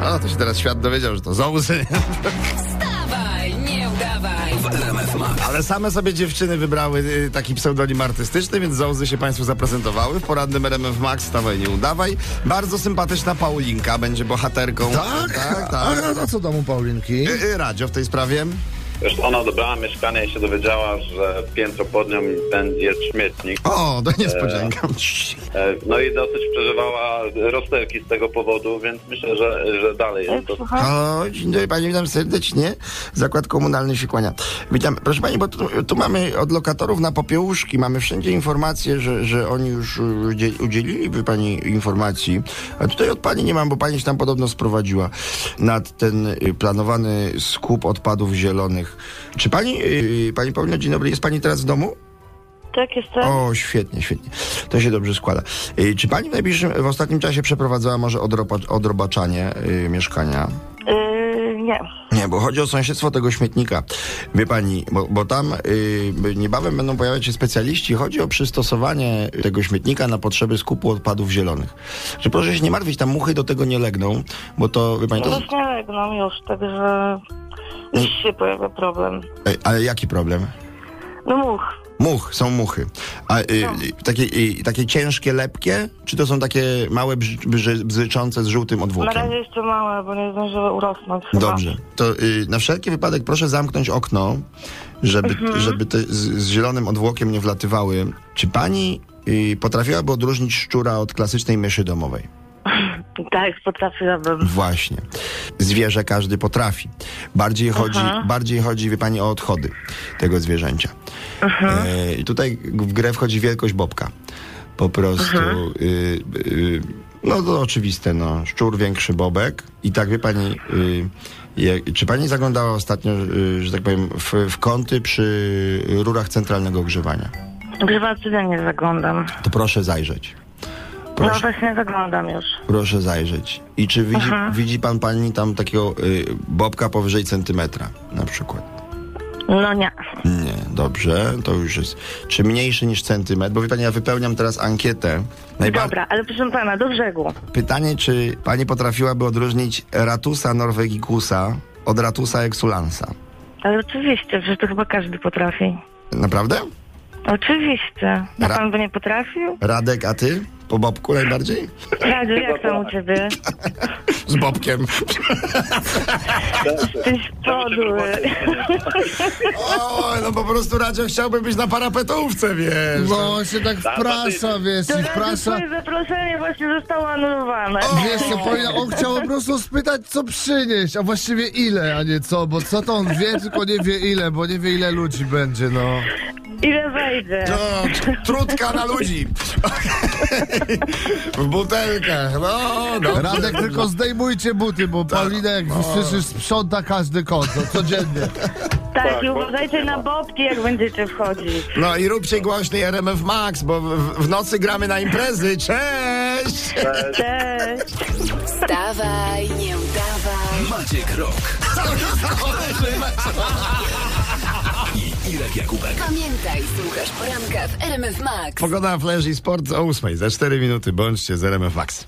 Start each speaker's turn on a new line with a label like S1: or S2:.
S1: No, to się teraz świat dowiedział, że to zołzy.
S2: Wstawaj, nie udawaj.
S1: Ale same sobie dziewczyny wybrały y, taki pseudonim artystyczny, więc zołzy się Państwu zaprezentowały w poradnym RMF Max, stawaj nie udawaj. Bardzo sympatyczna Paulinka będzie bohaterką.
S3: Tak?
S1: tak.
S3: A,
S1: tak.
S3: a co domu Paulinki?
S1: Y, y, Radio w tej sprawie.
S4: Już ona odebrała mieszkanie i się dowiedziała, że piętro pod nią będzie śmietnik.
S1: O, to niespodzianka.
S4: E, No i dosyć przeżywała rozterki z tego powodu, więc myślę, że, że dalej jest to
S1: Halo, dzień dobry, panie, witam serdecznie. Zakład komunalny się kłania. Witam. Proszę pani, bo tu, tu mamy od lokatorów na popiełuszki, mamy wszędzie informacje, że, że oni już y, udzie- udzieliliby pani informacji, a tutaj od pani nie mam, bo pani się tam podobno sprowadziła nad ten y, planowany skup odpadów zielonych. Czy pani, y, pani Paulina, dzień dobry, jest pani teraz w domu?
S5: Tak, jestem.
S1: O, świetnie, świetnie. To się dobrze składa. Y, Czy pani w najbliższym, w ostatnim czasie przeprowadzała może odropa- odrobaczanie y, mieszkania?
S5: Yy, nie.
S1: Nie, bo chodzi o sąsiedztwo tego śmietnika. Wie pani, bo, bo tam y, niebawem będą pojawiać się specjaliści. Chodzi o przystosowanie tego śmietnika na potrzeby skupu odpadów zielonych. Że proszę się nie martwić, tam muchy do tego nie legną, bo to, wie pani, to...
S5: Właśnie legną już, także
S1: Mm.
S5: już się pojawia problem.
S1: Ej, Ale jaki problem?
S5: No much.
S1: Much, są muchy. A
S5: No.
S1: y, y, takie, y, takie ciężkie, lepkie? Czy to są takie małe, brz, brz, bzyczące z żółtym
S5: Na
S1: odwłokiem?
S5: razie jeszcze małe, bo nie zdążyły urosnąć. chyba.
S1: Dobrze. To y, na wszelki wypadek proszę zamknąć okno, żeby, żeby te z, z zielonym odwłokiem nie wlatywały. Czy pani y, potrafiłaby odróżnić szczura od klasycznej myszy domowej?
S5: Tak, potrafiłabym.
S1: Właśnie. Zwierzę każdy potrafi. Bardziej chodzi, bardziej chodzi, wie pani, o odchody tego zwierzęcia. E, I tutaj w grę wchodzi wielkość bobka. Po prostu. Y, y, no to oczywiste, no. Szczur większy bobek. I tak wie pani. Y, jak, czy pani zaglądała ostatnio, y, że tak powiem, w, w kąty przy rurach centralnego ogrzewania?
S5: Grywa codziennie zaglądam.
S1: To proszę zajrzeć.
S5: No właśnie zaglądam już.
S1: Proszę zajrzeć. I czy widzi, widzi pan pani tam takiego y, bobka powyżej centymetra na przykład?
S5: No nie.
S1: Nie, dobrze, to już jest. Czy mniejszy niż centymetr? Bo wie pani, ja wypełniam teraz ankietę. Najba-
S5: Dobra, ale proszę pana, do brzegu.
S1: Pytanie, czy pani potrafiłaby odróżnić ratusa norwegikusa od ratusa exulansa?
S5: Ale oczywiście, że to chyba każdy potrafi.
S1: Naprawdę?
S5: Oczywiście. A
S1: Ra-
S5: pan by nie potrafił?
S1: Radek, a ty? Po bobku najbardziej?
S5: Radziu, jak tam u ciebie?
S1: Z bobkiem.
S5: Ty z
S4: znaczy
S5: podły.
S1: O, no po prostu Radzio chciałby być na parapetówce, wiesz.
S3: No on się tak wprasza, wiesz,
S5: To
S3: i
S5: Radziu,
S3: wprasza.
S5: twoje zaproszenie właśnie zostało anulowane.
S3: Wiesz co, Paulina, on chciał po prostu spytać, co przynieść, a właściwie ile, a nie co, bo co to on wie, tylko nie wie ile, bo nie wie ile ludzi będzie, no.
S5: Ile wejdzie?
S1: No, tr- trutka na ludzi. w butelkach. No, no.
S3: Radek, tylko zdejmujcie buty, bo Paulina, jak słyszysz, sprząta każdy kąt, no, codziennie.
S5: Tak, i uważajcie na bobki, jak będziecie wchodzić.
S1: No i róbcie głośny RMF Max, bo w, w nocy gramy na imprezy. Cześć!
S5: Cześć!
S2: Wstawaj, nie udawaj.
S6: Maciek Rok. I Irek Jakubek.
S2: Pamiętaj, słuchasz poranka w RMF Max.
S1: Pogoda, flash i sport o 8 za 4 minuty. Bądźcie z RMF Max.